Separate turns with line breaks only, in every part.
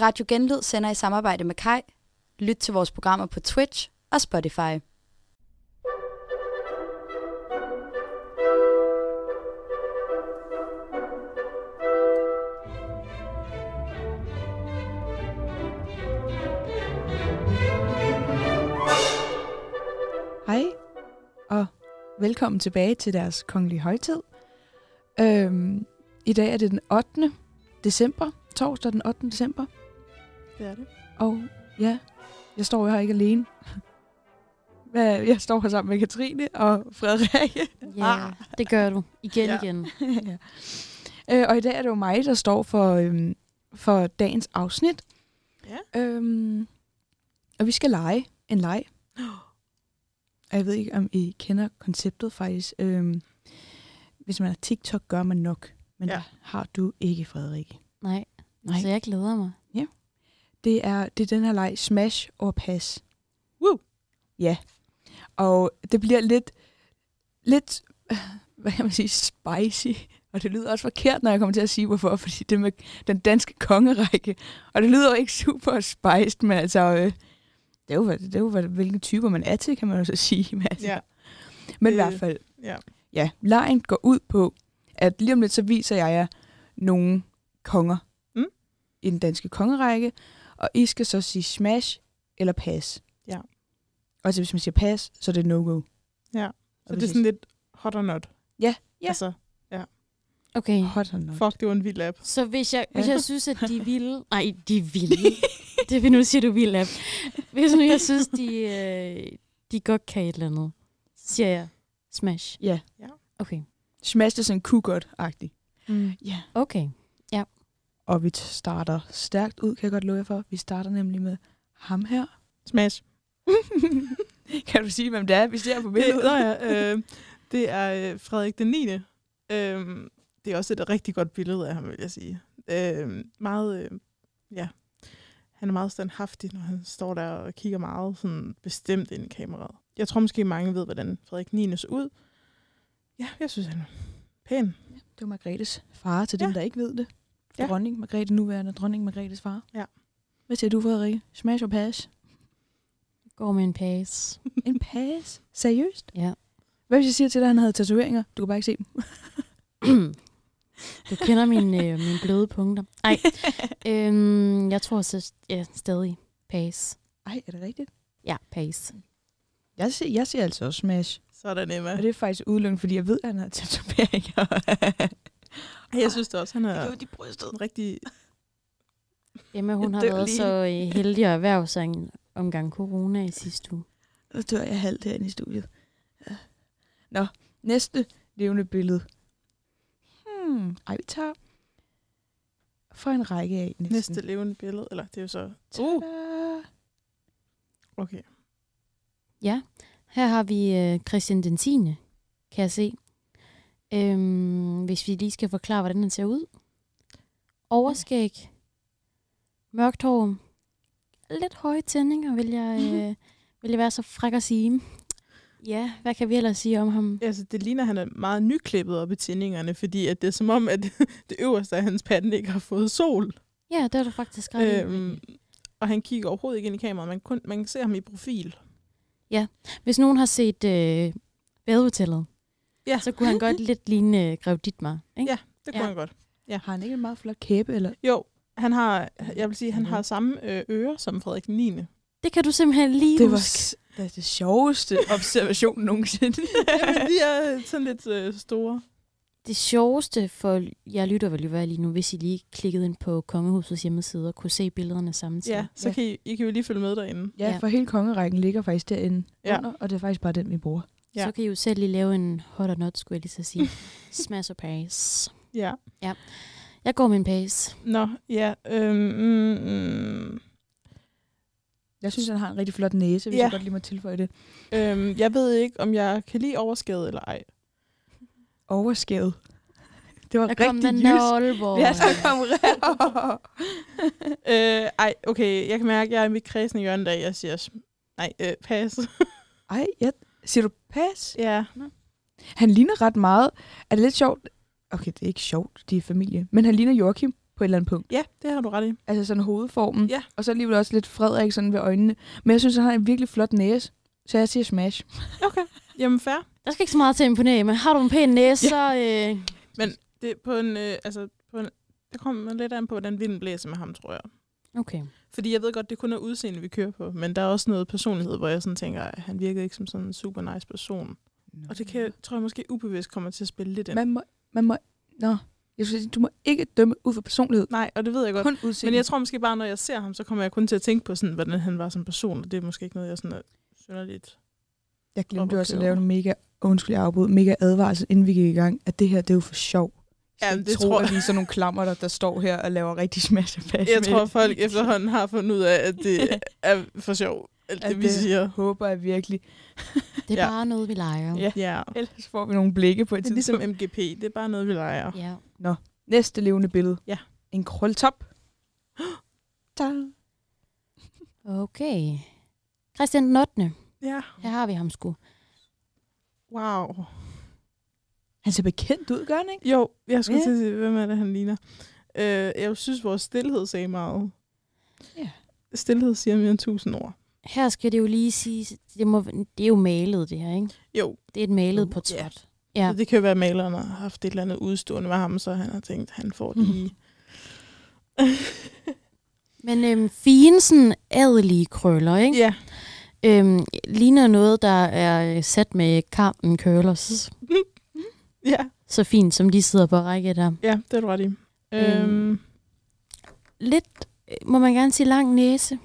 Radio Genlyd sender i samarbejde med Kai. Lyt til vores programmer på Twitch og Spotify.
Hej, og velkommen tilbage til deres kongelige højtid. Øhm, I dag er det den 8. december, torsdag den 8. december,
Det er det.
og ja, jeg står jo her ikke alene. Hvad- Jeg står her sammen med Katrine og Frederikke.
Ja, ah. det gør du. Igen,
Ja.
ja. igen.
ja. øh, og i dag er det jo mig, der står for, øhm, for dagens afsnit. Ja. Øhm, og vi skal lege en leg. Og jeg ved ikke, om I kender konceptet faktisk. Øhm, hvis man har TikTok, gør man nok. Men
Ja.
ja. det har du ikke, Frederikke.
Nej.
Nej.
Nej. Så jeg glæder mig.
Det er, det er den her leg, smash or pass. Woo! Ja. Og det bliver lidt, lidt, hvad kan man sige, spicy. Og det lyder også forkert, når jeg kommer til at sige, hvorfor. Fordi det er med den danske kongerække. Og det lyder jo ikke super spiced, men altså... Øh, det er jo, hvad- det er jo hvad- hvilken typer man er til, kan man jo så sige. Men, altså,
Ja.
men i
det-
hvert fald,
Øh, Ja.
ja, lejen går ud på, at lige om lidt, så viser jeg jer nogle konger
Mm.
i den danske kongerække, og I skal så sige smash eller pas.
Ja.
Og så hvis man siger pas, så er det no-go.
Ja.
Og
Så det
hvis
er sådan lidt hot or not.
Ja, ja.
Altså,
Okay.
man- Hot or not.
fuck, det var en vild app.
Så hvis jeg, hvis
Ja.
jeg synes, at de vil... Nej, de vil. det vil nu sige, du vil, app. Hvis nu jeg synes, de, øh, de godt kan et eller andet, så siger jeg smash.
Ja.
Ja.
Okay.
Smash det er sådan kugot-agtigt.
Mm.
Ja.
Okay.
Og vi starter stærkt ud, kan jeg godt love jer for. Vi starter nemlig med ham her.
Smash.
kan du sige, hvem det er, vi ser på
Det,
billedet?
nå ja, øh, det er øh, Frederik den 9. Øh, det er også et rigtig godt billede af ham, vil jeg sige. Øh, meget, øh, ja. Han er meget standhaftig, når han står der og kigger meget sådan bestemt ind i kameraet. Jeg tror måske, mange ved, hvordan Frederik 9. så ud. Ja, jeg synes, han er pæn.
Det var Margrethes far, til dem,
Ja.
der ikke ved det.
Ja.
Dronning Margrethe, nuværende dronning Margrethes far.
Ja.
Hvad siger du, Frederik? Smash og pass?
Går med en pace.
En pass? Seriøst?
Ja.
Hvad hvis jeg siger til dig, at han havde tatoveringer? Du kan bare ikke se dem.
du kender mine, øh, mine bløde punkter. Nej. øhm, jeg tror så, ja, stadig pace.
Ej, er det rigtigt?
Ja, pace.
Jeg siger, jeg siger altså også smash.
Sådan, Emma.
Og det er faktisk udelukkende, fordi jeg ved, at han har tatoveringer.
Jeg synes det også, han
Det
er
er ondt i brystet.
en rigtig...
Emma, hun har
dør
været
lige.
så øh, heldig at erhverve sig en omgang corona i sidste uge.
Nu dør jeg halvt herinde i studiet. Ja. Nå, næste levende billede. Hmm, ej, vi tager for en række af næsten.
Næste levende billede, eller det er jo så...
Uh.
Okay.
Ja, her har vi øh, Christian den 10. kan jeg se. Øhm, hvis vi lige skal forklare, hvordan han ser ud. Overskæg, mørkt hår, lidt høje tændinger, vil jeg, øh, vil jeg være så fræk at sige. Ja, hvad kan vi ellers sige om ham?
Altså, det ligner, at han er meget nyklippet op i tændingerne, fordi at det er som om, at det øverste af hans pande ikke har fået sol.
Ja, det er du faktisk ret i.
Øhm, og han kigger overhovedet ikke ind i kameraet. Man, kun, man kan se ham i profil.
Hvis nogen har set øh, Badehotellet,
Ja.
så kunne han godt lidt ligne øh, Grev Dittmar. Ikke?
Ja. Det kunne
Ja.
han godt.
Har han ikke en meget flot kæbe, eller?
Jo, han har, jeg vil sige, han
Mhm.
har samme øh, ører som Frederik den 9.
Det kan du simpelthen lige
Det var
huske.
s- det, er det sjoveste observation nogensinde.
Jamen, de er sådan lidt øh, store.
Det sjoveste for jeg lytter vil jo være lige nu, hvis I lige klikkede ind på Kongehusets hjemmeside og kunne se billederne samtidig.
Ja, så
Ja.
kan I, I kan jo lige følge med derinde.
ja, for hele kongerækken ligger faktisk derinde
Ja.
under, og det er faktisk bare den, vi bruger.
Ja.
Så kan I jo selv lige lave en hot or not, skulle jeg lige så sige. Smash og pace.
Ja.
Jeg går med en pace.
Nå, ja. Øhm, mm, mm.
Jeg synes, han har en rigtig flot næse, hvis
Ja.
jeg godt lige må tilføje det.
Øhm, jeg ved ikke, om jeg kan lide overskæret eller ej.
Overskævet. Det var
Der kom
rigtig
den
jysk.
der Aalborg.
Ja, så kom ret.
Øh, ej, okay, jeg kan mærke, at jeg er i mit kredsende hjørne, da jeg siger, sm- nej, øh, pas.
Ej, ja. Siger du pas?
ja.
Han ligner ret meget. Er det lidt sjovt? Okay, det er ikke sjovt, de er familie. Men han ligner Joachim på et eller andet punkt.
Ja, det har du ret i.
Altså sådan hovedformen.
Ja.
Og så alligevel også lidt Frederik sådan ved øjnene. Men jeg synes, han har en virkelig flot næse. Så jeg siger smash.
Okay. Jamen fair.
Der skal ikke så meget til at imponere, men har du en pæn næse,
Ja.
så... Øh,
Det, er på en, øh, altså, på en, det kommer lidt an på, hvordan vinden blæser med ham, tror jeg.
okay.
Fordi jeg ved godt, det kun er udseende, vi kører på, men der er også noget personlighed, hvor jeg sådan tænker, at han virkede ikke som sådan en super nice person. Og det kan, tror jeg måske ubevidst kommer til at spille lidt ind.
Man må... Man må nå. Jeg skulle sige, du må ikke dømme ud fra personlighed.
Nej, og det ved jeg godt.
Kun udseende.
Men jeg tror måske bare, når jeg ser ham, så kommer jeg kun til at tænke på, sådan, hvordan han var som person, og det er måske ikke noget, jeg sådan er synderligt.
Jeg glemte
Åh,
jo også at
okay.
lave en mega, undskyld jeg afbrød, mega advarsel, inden vi gik i gang, at det her, det er jo for sjov.
Ja,
Jeg
men det
tror,
tror
at
jeg.
vi er sådan nogle klammer, der, der står her og laver rigtig smash og pass
Jeg
med
tror,
det.
folk efterhånden har fundet ud af, at det er for sjov, alt
At
det, vi
det-
siger.
håber jeg virkelig.
Det er
Ja.
ja. bare noget, vi leger.
Ja.
Ja.
Ellers får vi nogle blikke på et
Det er
tidspunkt.
ligesom MGP, det er bare noget, vi leger.
ja.
Næste levende billede.
Ja.
En krølletop. Ta.
Okay. Christian den 8.
Ja,
Her har vi ham sgu.
wow.
Han ser bekendt ud, gør han ikke?
Jo, jeg skulle
Ja.
yeah. til at sige, hvem er det, han ligner? Øh, jeg synes, vores stillhed sagde meget.
Ja.
Stilhed siger mere end tusind ord.
Her skal det jo lige sige, det, må, det er jo malet det her, ikke?
Jo,
Det er et malet
Uh,
portræt.
ja.
Ja.
det kan jo være, at maleren har haft et eller andet udstående med ham, så han har tænkt, han får
Mhm.
det lige.
Men øhm, figensen adelige krøller, ikke?
ja,
Ja. Øhm, ligner noget, der er øh, sat med kampen curlers.
ja,
Så fint, som de sidder på række der.
ja, det er du ret i. Øhm,
Øhm. Lidt, øh, må man gerne sige, lang næse.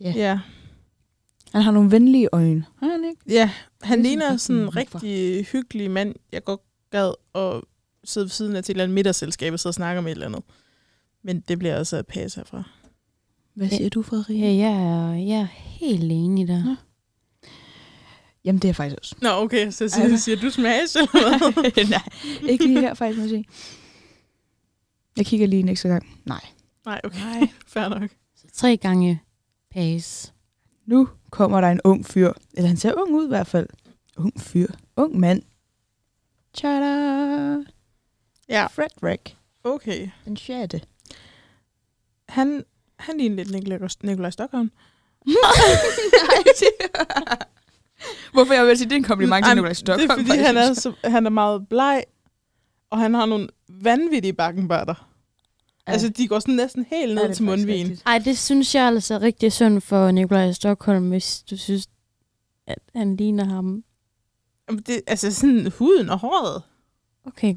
ja.
Han har nogle venlige øjne. Har han ikke?
ja, han
Det er
ligner
sådan
sådan en
rigtig
rigtig hyggelig mand, jeg godt gad at sidde ved siden af til et eller andet middagsselskab og sidde og snakke om et eller andet. Men det bliver altså at passe herfra.
Hvad
siger
du, Frederik?
Ja, jeg er, jeg er helt enig der.
Nå. Jamen, det er jeg faktisk også.
Nå, okay, så siger,
Altså.
siger du smash, eller hvad?
Nej, ikke lige her faktisk, må jeg sige. Jeg kigger lige en ekstra gang. Nej.
Nej, okay, fair nok.
Så tre gange pace.
Nu kommer der en ung fyr. Eller han ser ung ud i hvert fald. Ung fyr. Ung mand. Tada!
Ja,
Frederick.
okay.
Den sjette.
Han, han ligner lidt Nikolaj- Nikolaj Stockholm.
Nej, det- Hvorfor jeg vil sige, det er en kompliment til
Ej,
Nikolaj Stockholm.
Det er, fordi
faktisk,
han er,
synes jeg.
så, han er meget bleg, og han har nogle vanvittige bakkenbørter. Ja. Altså, de går sådan næsten helt
Ja, det
ned
er
til
faktisk
mundvigen.
rigtigt.
Ej, det synes jeg altså er rigtig synd for Nikolaj Stockholm, hvis du synes, at han ligner ham.
Jamen, Det, altså, sådan huden og håret.
Okay.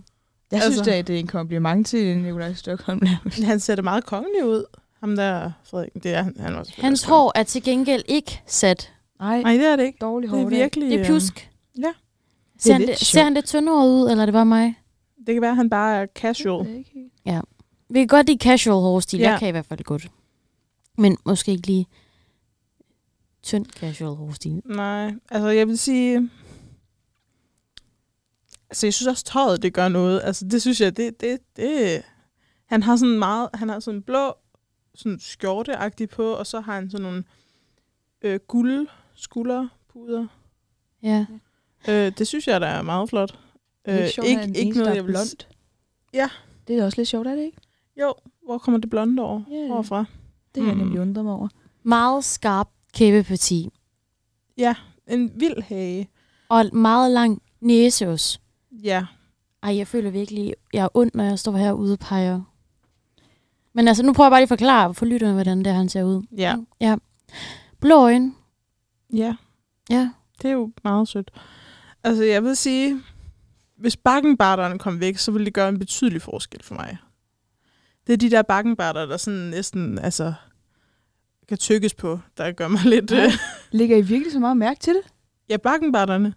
Jeg synes
Altså-
da, det er en kompliment til Nikolaj Stockholm.
Han ser da meget kongelig ud. Ham der, Frederik. Det er han, han er altså- også.
Hans hår er til gengæld ikke sat.
Nej,
Nej, det er det ikke.
dårlig
Det er virkelig...
Det er
øhm,
pjusk.
ja.
Ser han,
lidt
det, ser
sjovt.
han lidt tyndhåret ud, eller er det bare mig?
øh, Det kan være, at han bare er casual.
Vi kan godt lide casual hårstil.
Ja.
Ja. Jeg kan i hvert fald godt. Men måske ikke lige tynd casual hårstil.
Nej, altså jeg vil sige... Altså jeg synes også tøjet, det gør noget. Altså det synes jeg, det... det, det han har sådan meget... Han har sådan en blå sådan skjorteagtig på, og så har han sådan nogle øh, guld skulderpuder.
Ja.
Øh, det synes jeg, der er meget flot. Øh,
Det er sjovt, ikke, ikke noget, jeg
vil s-
blond.
Ja.
Det er også lidt sjovt, er det ikke?
Jo, hvor kommer det blonde over?
Ja.
Yeah. Hvorfra?
Det har jeg
Mm.
nemlig undret mig over.
Meget skarp kæbeparti.
En vild hage.
Og meget lang næse også.
Ja.
Ej, jeg føler virkelig, jeg er ond, når jeg står herude og peger. Men altså, nu prøver jeg bare lige at forklare for lytterne, hvordan det er, han ser ud.
Ja.
ja. Blå øjne.
Ja.
Ja.
Det er jo meget sødt. Altså, jeg vil sige, hvis bakkenbarterne kom væk, så ville det gøre en betydelig forskel for mig. Det er de der bakkenbarter, der sådan næsten altså, kan tykkes på, der gør mig lidt...
Ej.
Øh,
Ligger I virkelig så meget mærke til det?
ja, bakkenbarterne.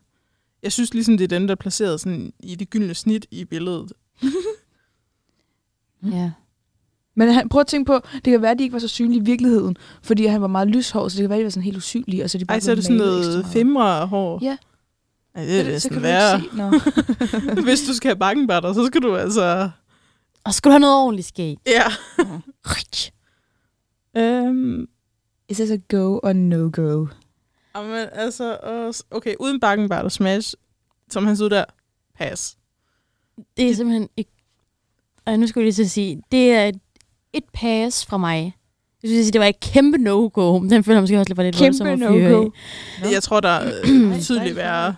Jeg synes ligesom, det er dem, der er placeret sådan i det gyldne snit i billedet.
Mm.
Ja.
Men han, prøv at tænke på, det kan være, at de ikke var så synlige i virkeligheden, fordi han var meget lyshåret, så det kan være, at de var sådan helt usynlige. Og så er de bare
Ej, så er det
blevet
sådan
malet ekstra
noget
meget.
femre hår.
Ja.
Ej, det er
så kan
næsten
du ikke
værre.
se. Nå.
Hvis du skal have bakkenbarter, så skal du altså...
Og skulle du have noget ordentligt skæg?
Ja.
Rich.
Øhm,
Is this a go or no go?
Jamen, altså, også- okay, uden bakken bare der smash, som han så ud der, pas.
Det er simpelthen ikke... Ej, nu skulle jeg lige så sige, det er et et pass fra mig. Jeg synes, det var et kæmpe no-go. Den føler jeg måske også lidt var lidt voldsom
Kæmpe
at fyre
no-go.
af.
Jeg tror, der er øh, betydeligt værre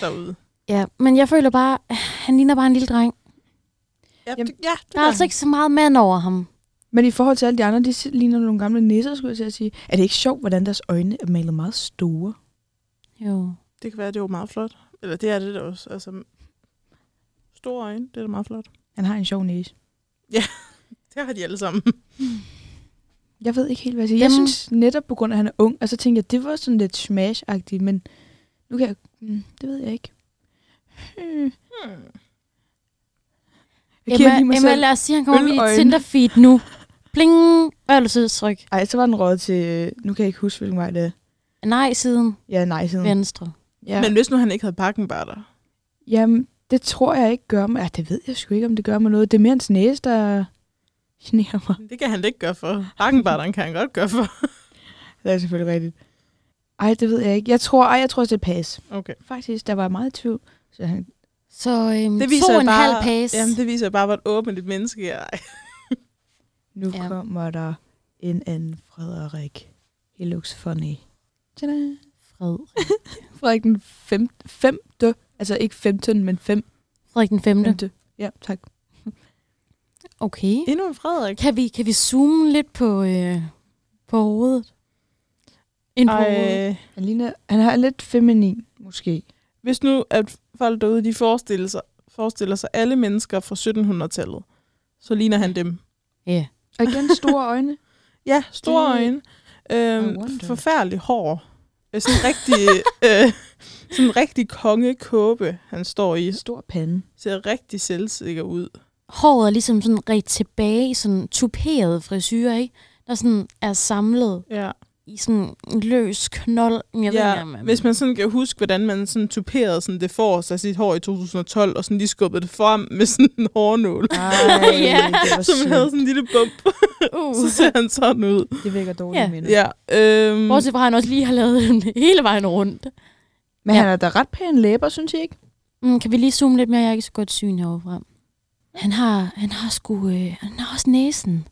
derude.
Ja, men jeg føler bare, han ligner bare en lille dreng.
Ja,
Jamen,
det, ja, det
Der er altså ikke så meget mand over ham.
Men i forhold til alle de andre, de si- ligner nogle gamle nisser, skulle jeg til at sige. Er det ikke sjovt, hvordan deres øjne er malet meget store?
Jo.
Det kan være, det er jo meget flot. Eller det er det da også. Altså, store øjne, det er da meget flot.
Han har en sjov næse.
Det har de alle sammen.
Jeg ved ikke helt, hvad jeg siger. Jeg
Dem-
synes netop på grund af, at han er ung, og så tænkte jeg, det var sådan lidt smash men nu kan jeg... Mm, det ved jeg ikke. Hmm.
Hmm.
Jeg kigger lige
Emma,
mig
Emma,
selv.
lad os sige, at han kommer op i
Øløjne.
dit Tinder-feed nu. Bling, ølsudtryk.
Ej, så var den røget til... øh, Nu kan jeg ikke huske, hvilken vej det er.
Nej, siden
Ja, nej, siden.
venstre.
ja.
Men hvis nu han ikke havde pakken bare der.
Jamen, det tror jeg ikke gør mig... Ja, det ved jeg sgu ikke, om det gør mig noget. Det er mere hans næse, der generer mig.
Det kan han da ikke gøre for. Pakken bare der kan han godt gøre for.
Det er selvfølgelig rigtigt. Ej, det ved jeg ikke. Jeg tror, ej, jeg tror, også, det er pas.
Okay.
Faktisk, der var jeg meget i tvivl. Så han,
Så øhm,
Det
det
viser
to og en
bare-
halv pace.
Jamen, det viser jo bare, hvor et åbent et menneske er. Ej.
nu
Ja.
ja. kommer der en anden Frederik. He looks funny. Tada.
Fred.
Frederik den fem, femte. Altså ikke 15, men fem,
Frederik den 5.
femte. Ja, tak.
Okay.
Endnu en Frederik.
Kan vi, kan vi zoome lidt på, øh, på hovedet? Ind på hovedet.
Ej,
Han, ligner, han har lidt feminin, måske.
hvis nu at folk derude, de forestiller sig, forestiller sig alle mennesker fra 1700-tallet, så ligner han dem.
Ja.
Og igen store øjne.
Ja, store
Det-
øjne.
I
Øhm,
wonder.
forfærdelig hår. Øh, Sådan en rigtig, øh, sådan en rigtig kongekåbe, han står i.
Stor pande.
Ser rigtig selvsikker ud.
Håret er ligesom sådan rigtig tilbage i sådan tuperet frisyrer, ikke? Der sådan er samlet
Ja.
i sådan en løs knold. Jeg ved
ja
ikke, om-
hvis man sådan kan huske, hvordan man sådan tuperede sådan det forreste af sit hår i 2012, og sådan lige skubbede det frem med sådan en hårnål,
Ej,
Ja,
det var
som havde sådan en lille bump,
Uh.
så ser han sådan ud.
Det vækker dårlige
Ja.
ja. minder.
Ja, øhm,
Bortset fra, at han også lige har lavet den hele vejen rundt.
Men
Ja.
han har da ret pæne læber, synes jeg ikke?
Mm, kan vi lige zoome lidt mere? Jeg er ikke så godt syn herovre frem. Han har, han har sgu... Øh, han har også næsen.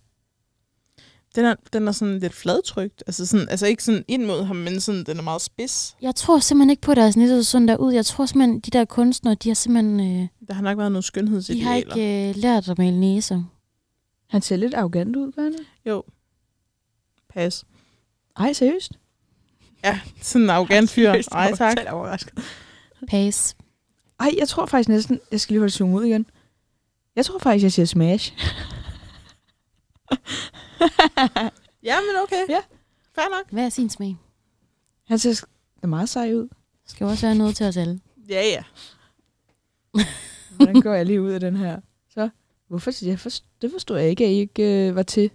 den, er, den er sådan lidt fladtrykt. Altså, sådan, altså ikke sådan ind mod ham, men sådan, den er meget spids.
Jeg tror simpelthen ikke på, at deres næse er sådan der ud. Jeg tror simpelthen, de der kunstnere, de har simpelthen... Øh,
Der har nok været nogle
de
skønhedsidealer.
har ikke øh, lært at male næser.
Han ser lidt arrogant ud, gør han ikke?
Pas.
Ej, seriøst?
Ja, sådan en arrogant fyr.
Seriøst, jeg
Ej,
var
tak.
totalt overrasket.
Pace.
Ej, jeg tror faktisk næsten... Jeg skal lige holde zoom ud igen. Jeg tror faktisk, jeg siger smash.
Ja, men okay.
Ja.
Fair nok.
Hvad er sin smag?
Han ser sk- meget sej ud.
Der skal jo også være noget til os alle.
Ja, ja.
Hvordan går jeg lige ud af den her? Så, hvorfor siger jeg? forst- Det forstod jeg ikke, at I ikke øh, var til.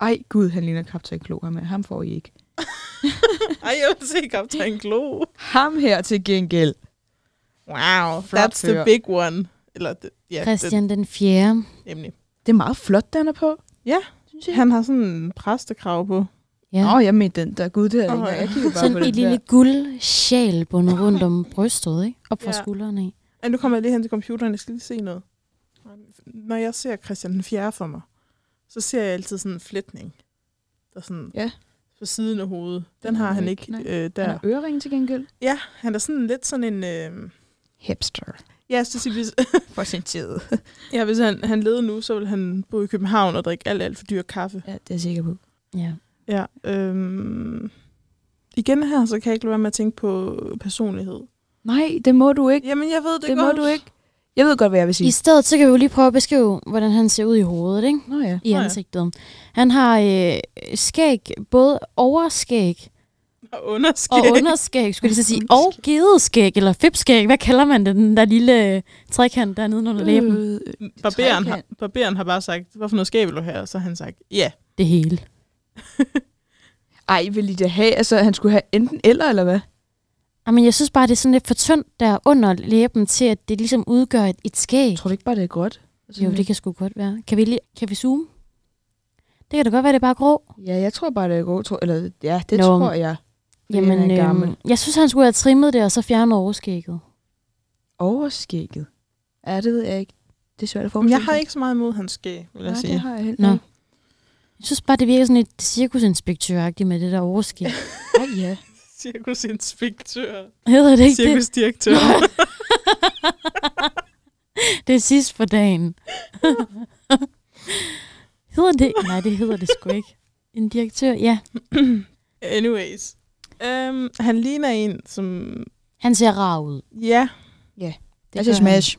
Ej, gud, han ligner kaptajn Klo her med. Ham får I ikke.
Ej, jeg vil se kaptajn Klo.
Ham her til gengæld.
Wow,
Flot
that's the
fyr.
big one. Eller, det- ja,
Christian den 4.
Det, nemlig.
Det er meget flot, den er på.
Ja,
synes jeg.
Han har sådan en præstekrav på.
Ja.
Nå, jeg mente den der. Gud, det er
Åh,
ikke. noget.
ja.
Jeg kigger bare på
Sådan
den
et lille
der.
guld sjal bundet rundt om brystet, ikke? Op fra
Ja.
ja. skuldrene. af.
Ej, nu kommer jeg lige hen til computeren, jeg skal lige se noget. Når jeg ser Christian den 4. for mig, så ser jeg altid sådan en flætning. Der sådan
Ja.
på siden af hovedet. Den,
Den
har
har
han
han
ikke
ikke,
øh,
Han
der.
har ørering til gengæld.
Ja, han er sådan lidt sådan en... Øh,
Hipster.
ja, så siger, hvis,
For sin tid.
ja, hvis han, han levede nu, så ville han bo i København og drikke alt, alt for dyr kaffe.
Ja, det er jeg sikker på.
Ja.
Ja, øhm, igen her, så kan jeg ikke lade være med at tænke på personlighed.
Nej, det må du ikke.
Jamen, jeg ved det,
Det må
godt.
du ikke. Jeg ved godt, hvad jeg vil
I
sige.
stedet så kan vi jo lige prøve at beskrive, hvordan han ser ud i hovedet, ikke?
Nå ja.
I
Nå ja.
ansigtet. Han har øh, skæg, både overskæg
Og
og
underskæg.
underskæg, skulle jeg lige så sige. Og gedeskæg, eller fipskæg. Hvad kalder man det? Den der lille øh, trekant der nede under læben.
Øh,
Barberen har,
Trekant.
barberen har bare sagt, hvorfor noget skab vil du have? Og så har han sagt, ja.
Det hele.
Ej, vil I det have? Altså, han skulle have enten eller, eller hvad?
Jamen, jeg synes bare, det er sådan lidt for tyndt der under læben til, at det ligesom udgør et, et skæg.
Tror du ikke bare, det er gråt? Altså,
Jo, det kan sgu godt være. Kan vi, lige, kan vi zoome? Det kan da godt være, det er bare grå.
Ja, jeg tror bare, det er gråt. Tror, eller, ja, det Nå.
Nå.
tror jeg. Fordi han
Jamen,
er gammel.
øhm, jeg synes, han skulle have trimmet det, og så fjernet overskægget.
Overskægget. Ja, det ved jeg ikke. Det er svært at få.
Men jeg har ikke så meget imod hans skæg, vil jeg
Nej,
sige.
det har jeg heller
Nå.
ikke.
Jeg synes bare, det virker sådan lidt cirkusinspektøragtigt med det der overskæg.
Ej, ja.
Cirkusinspektør.
Hedder det ikke det?
Cirkusdirektør.
det er sidst for dagen. hedder det? Nej, det hedder det sgu ikke. En direktør, ja.
Anyways. Um, han ligner en, som...
Han ser rar ud.
Ja,
Det
altså
gør han.
smash.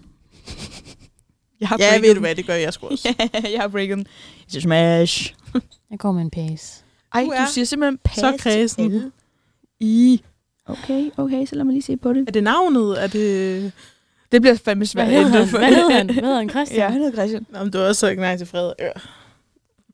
jeg har
ja
breaket
ved du
den.
hvad, det gør jeg sgu også.
jeg har breaket den. Jeg siger smash.
Jeg går med en pace.
Ej,
Du
du,
er
siger simpelthen pas.
så kredsen.
I. Okay, okay, så lad mig lige se på det.
Er det navnet? Er det...
Det bliver fandme
Hvad
svært.
hedder han? Hvad hedder han? Hvad hedder han? Christian?
Ja, han hedder Christian.
Nå, men du har også sagt nej til Frederik. Ja.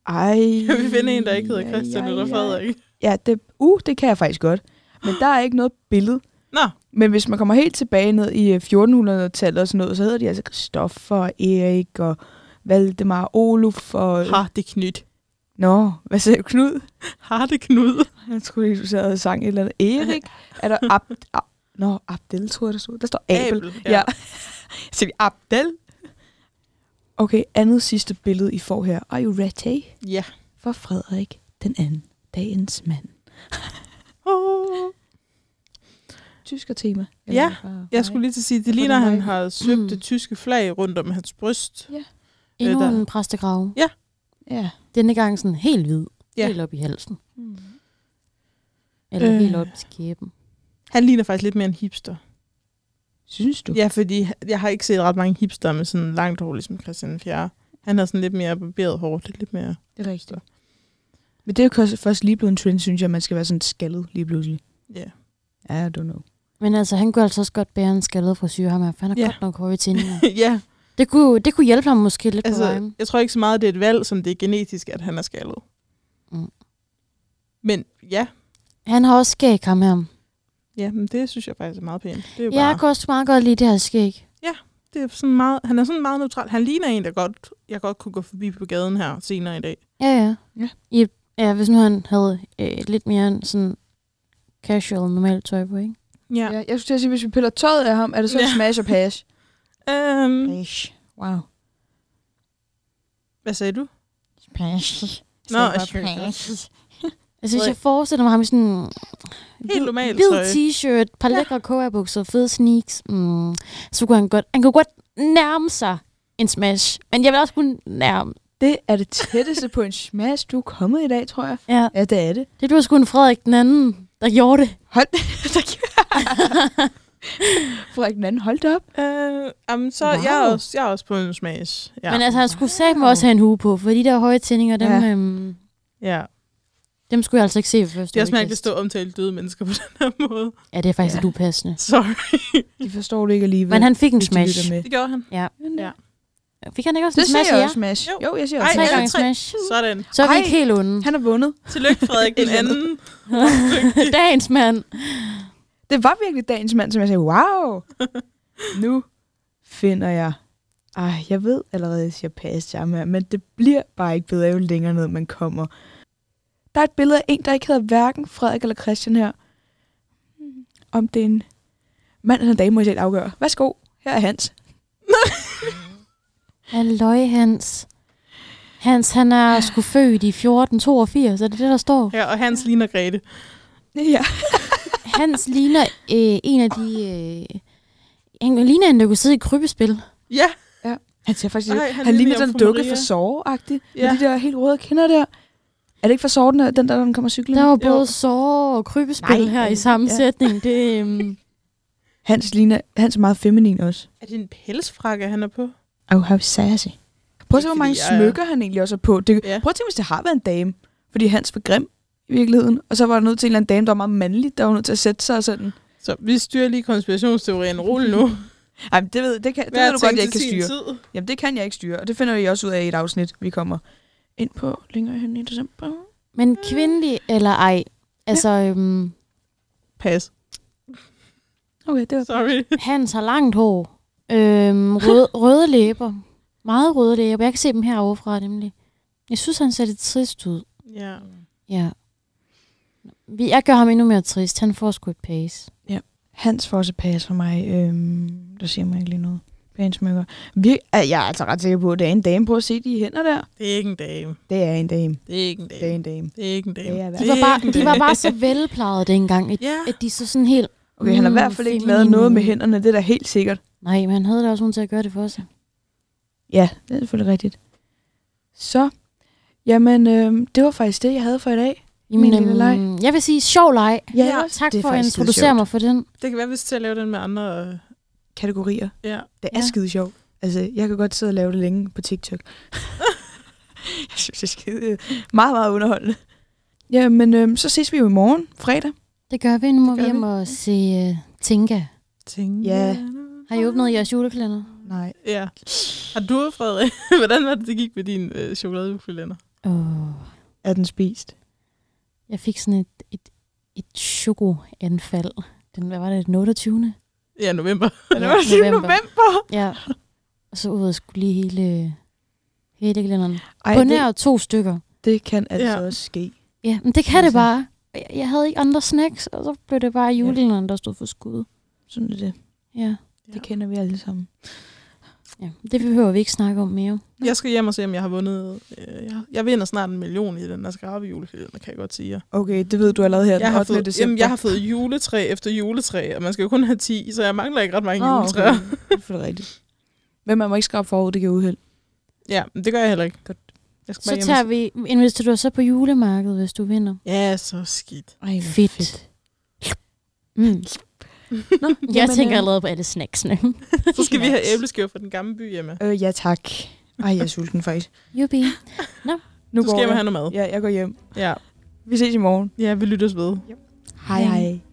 Ej.
Kan vi finde en, der ikke hedder Christian
ja,
eller
ja.
Frederik?
Ja, det, uh, det kan jeg faktisk godt. Men der er ikke noget billede.
Nå.
Men hvis man kommer helt tilbage ned i øh, 1400-tallet og sådan noget, så hedder de altså Christoffer og Erik og Valdemar Oluf og...
Har det knyt.
Nå, hvad sagde du? Knud?
Har det knud.
Han skulle lige, du sad og sang et eller andet. Erik? Er der Ab... Ab Nå, Abdel, tror jeg, der stod. Der står Abel. Ja. Så vi Abdel. Okay, andet sidste billede, I får her. Are you ready?
Ja.
For Frederik, den anden. Dagens mand.
Oh.
Tysker tema.
Ja,
bare-
Jeg skulle lige til at sige, det
Jeg får
ligner,
den
at han
vej.
har søbt
Mm.
det tyske flag rundt om hans bryst.
Endnu
Øh, der-
en præstegrav.
Ja.
Denne gang sådan helt hvid.
Ja.
Helt op i halsen.
Mm.
Eller
Øh.
helt op i skæben.
Han ligner faktisk lidt mere en hipster.
Synes du?
Ja, fordi jeg har ikke set ret mange hipster med sådan langt hår, ligesom Christian Fjerde. Han har sådan lidt mere barberet hår, det er lidt mere...
det er rigtigt. Men det er jo også først lige blevet en trend, synes jeg, man skal være sådan skaldet lige pludselig.
Ja.
I don't know.
Men altså, han kunne altså også godt bære en skaldet frisyr, ham her, for han har
Ja.
ja. godt nok høje tændinger.
ja,
Det kunne, det kunne hjælpe ham måske lidt altså, på
altså,
vejen.
jeg tror ikke så meget, det er et valg, som det er genetisk, at han er skaldet.
Mm.
Men ja,
Han har også skæg, ham her.
ja men det synes jeg faktisk er meget pænt. Det er jo
Ja, jeg
bare,
kan også meget godt lide det her skæg.
det er sådan meget, han er sådan meget neutral. Han ligner en, der godt, jeg godt kunne gå forbi på gaden her senere i dag.
Ja, ja.
Ja.
I, ja hvis nu han havde øh, lidt mere en sådan casual, normalt tøj på, ikke?
Ja.
Ja, jeg skulle til at sige, hvis vi piller tøjet af ham, er det så
Ja.
ja. Mm. smash og pass?
ja. Øhm,
Pash. Wow.
hvad sagde du?
Pash.
Nå,
Altså, hvis jeg forestiller mig ham i sådan...
Helt normalt
Hvid
tøj.
t-shirt, et par
Ja.
lækre kogerbukser, fede sneaks. Mm, så kunne han godt... Han kunne godt nærme sig en smash. Men jeg vil også kunne nærme...
Det er det tætteste på en smash, du er kommet i dag, tror jeg.
Ja,
Ja, det er det.
det var sgu en Frederik den anden, der gjorde det.
Hold da Frederik den anden, hold da op.
Øh, jamen, så wow.
Wow.
jeg, er også, jeg er også på en smags. Ja.
Ja. Men altså, han skulle wow. også have en hue på, for de der høje tændinger, dem,
Ja.
ja. øhm,
ja.
dem skulle jeg altså ikke se ved første
Det er også mærkeligt at
øjekast.
stå og omtale døde mennesker på den her måde.
Ja, det er faktisk
Ja.
ja. lidt upassende.
Sorry.
De forstår det ikke alligevel.
Men han fik en
hvis de lytter
smash.
Med.
Det gjorde han. Ja.
Fik han ikke også
Det siger
en smash?
jeg
Ja.
også smash.
Jo.
Jo, jeg siger
Ej,
også
Tre
alle
smash.
gange
tre.
smash.
Sådan.
Så er vi
Ej.
ikke helt onde.
Han har vundet.
Tillykke, Frederik den
Et eller
anden.
Dagens mand.
Det var virkelig dagens mand, som jeg sagde, wow, nu finder jeg... Ej, jeg ved allerede, at jeg siger pas til ham her, men det bliver bare ikke bedre, jo længere ned man kommer. Der er et billede af en, der ikke hedder hverken Frederik eller Christian her. Om det er en mand eller en dame, må jeg selv afgøre. Værsgo, her er Hans.
Halløj, Hans. Hans, han er sgu født i 1482, er det det, der står?
Ja, og Hans ligner Grete.
Ja.
Hans ligner øh, en af de... Øh, han ligner en, der kunne sidde i et krybespil.
Ja,
Han ser faktisk...
Ej,
Ej,
han
han, han
ligner
ligner sådan en
Jomfru
dukke
Maria.
for sove-agtig. Ja.
Ja.
Med de der helt røde kinder der. Er det ikke for sove, den, der- den der, når den kommer cyklen?
Der var
Jo.
både sår og krybespil
Nej,
Nej, her
øh,
i samme
ja.
ja. sætning. Det, øhm,
Hans, ligner, Hans er meget feminin også.
er det en pelsfrakke, han er på?
Oh, how sassy. Prøv at se,
Ikke
hvor mange
fordi jeg er-
smykker han egentlig også er på. Det,
Ja.
Prøv at tænke, hvis det har været en dame. Fordi Hans var grim i virkeligheden. Og så var der nødt til en eller anden dame, der var meget mandlig, der var nødt til at sætte sig og sådan.
Så vi styrer lige konspirationsteorien. Rul nu.
Ej, men det ved, det kan, det ved du godt, jeg ikke kan styre.
Tid?
Jamen, det kan jeg ikke styre. Og det finder vi også ud af i et afsnit, vi kommer ind på længere hen i december.
men kvindelig eller ej? Altså, øhm,
Pas.
Okay, det var...
Sorry.
Hans har langt hår. Øhm, røde, røde læber. Meget røde læber. Jeg kan se dem herovre fra, nemlig. Jeg synes, han ser lidt trist ud.
Ja.
Ja. Vi- Jeg gør ham endnu mere trist. Han får sgu et pace.
Hans får også pas for mig. Øhm, der siger mig ikke lige noget. Pansmykker. Vi, ah, jeg er altså ret sikker på, at det er en dame. Prøv at se de hænder der.
Det er ikke en dame.
Det er en dame.
Det er ikke en dame.
Det er en dame.
Det er ikke en dame.
Det er hvad?
De
Det
var,
er
bare,
ikke en
de
dame.
var bare så velplejede dengang, at,
Ja.
at de så sådan helt...
Okay, han har i
mm,
hvert fald ikke lavet noget med hænderne. Det er da helt sikkert.
Nej, men han havde da også nogen til at gøre det for sig.
Ja, det er selvfølgelig rigtigt. Så, jamen, øh, det var faktisk det, jeg havde for i dag. Min lille
øhm,
leg.
Jeg vil sige, sjov leg.
Ja,
ikke også?
Tak
Det er
for at
faktisk skide
introducere
sjovt.
mig for den.
Det kan være, hvis til at lave den med andre. øh,
Kategorier.
Ja.
Det er
Ja.
skide sjovt. Altså, jeg kan godt sidde og lave det længe på TikTok. jeg synes, det er skide øh, meget, meget underholdende. Ja, men øh, så ses vi jo i morgen, fredag.
Det gør vi. Nu må
Det
vi
gør
hjem
vi.
og se uh, Tinka.
Tænk.
Ja.
Har I åbnet jeres juleklænder?
Nej.
Ja. Har du, Frederik, hvordan var det, det gik med din øh, chokoladejulekalender?
Åh,
Er den spist?
jeg fik sådan et, et, et chokoanfald. Den, hvad var det, den 28.
Ja, november.
Ja,
det var sige
november.
november.
Ja. Og så ud og skulle lige hele, hele glænderne.
Ej,
På
det,
nær to stykker.
det kan altså
Ja.
ja. også ske.
Ja, men det kan det
Altså.
bare. Jeg, jeg havde ikke andre snacks, og så blev det bare juleglænderne, der stod for skud.
Sådan er det.
Ja.
Det kender vi alle sammen.
ja, det behøver vi ikke snakke om mere.
Jeg skal hjem og se, om jeg har vundet. Øh, jeg, jeg vinder snart en million i den der skarpe julekalender, kan jeg godt sige jer.
Okay, det ved du allerede her
Jeg
den
har,
8.
fået,
december.
jamen, jeg har fået juletræ efter juletræ, og man skal jo kun have 10, så jeg mangler ikke ret mange
Åh,
juletræer.
okay. Det er for rigtigt. Men man må ikke skrabe forud, det kan uheld.
Ja, men det gør jeg heller ikke.
Godt.
Jeg skal
Så
bare
tager
hjem
vi, investerer du så på julemarkedet, hvis du vinder.
og... Ja, så skidt.
Ej, hvor
Fedt. Mm.
Nå,
Jeg
jamen,
tænker
øh,
allerede på alle snacksene.
Så skal vi have
Nice.
æbleskøv fra den gamle by hjemme.
Øh, ja tak. Ej, jeg er sulten faktisk.
Jubi.
Nu
Du skal hjem og
jeg.
have noget mad.
Ja, jeg går hjem.
Ja,
Vi ses i morgen.
ja vi lytter os ved.
Hej hej.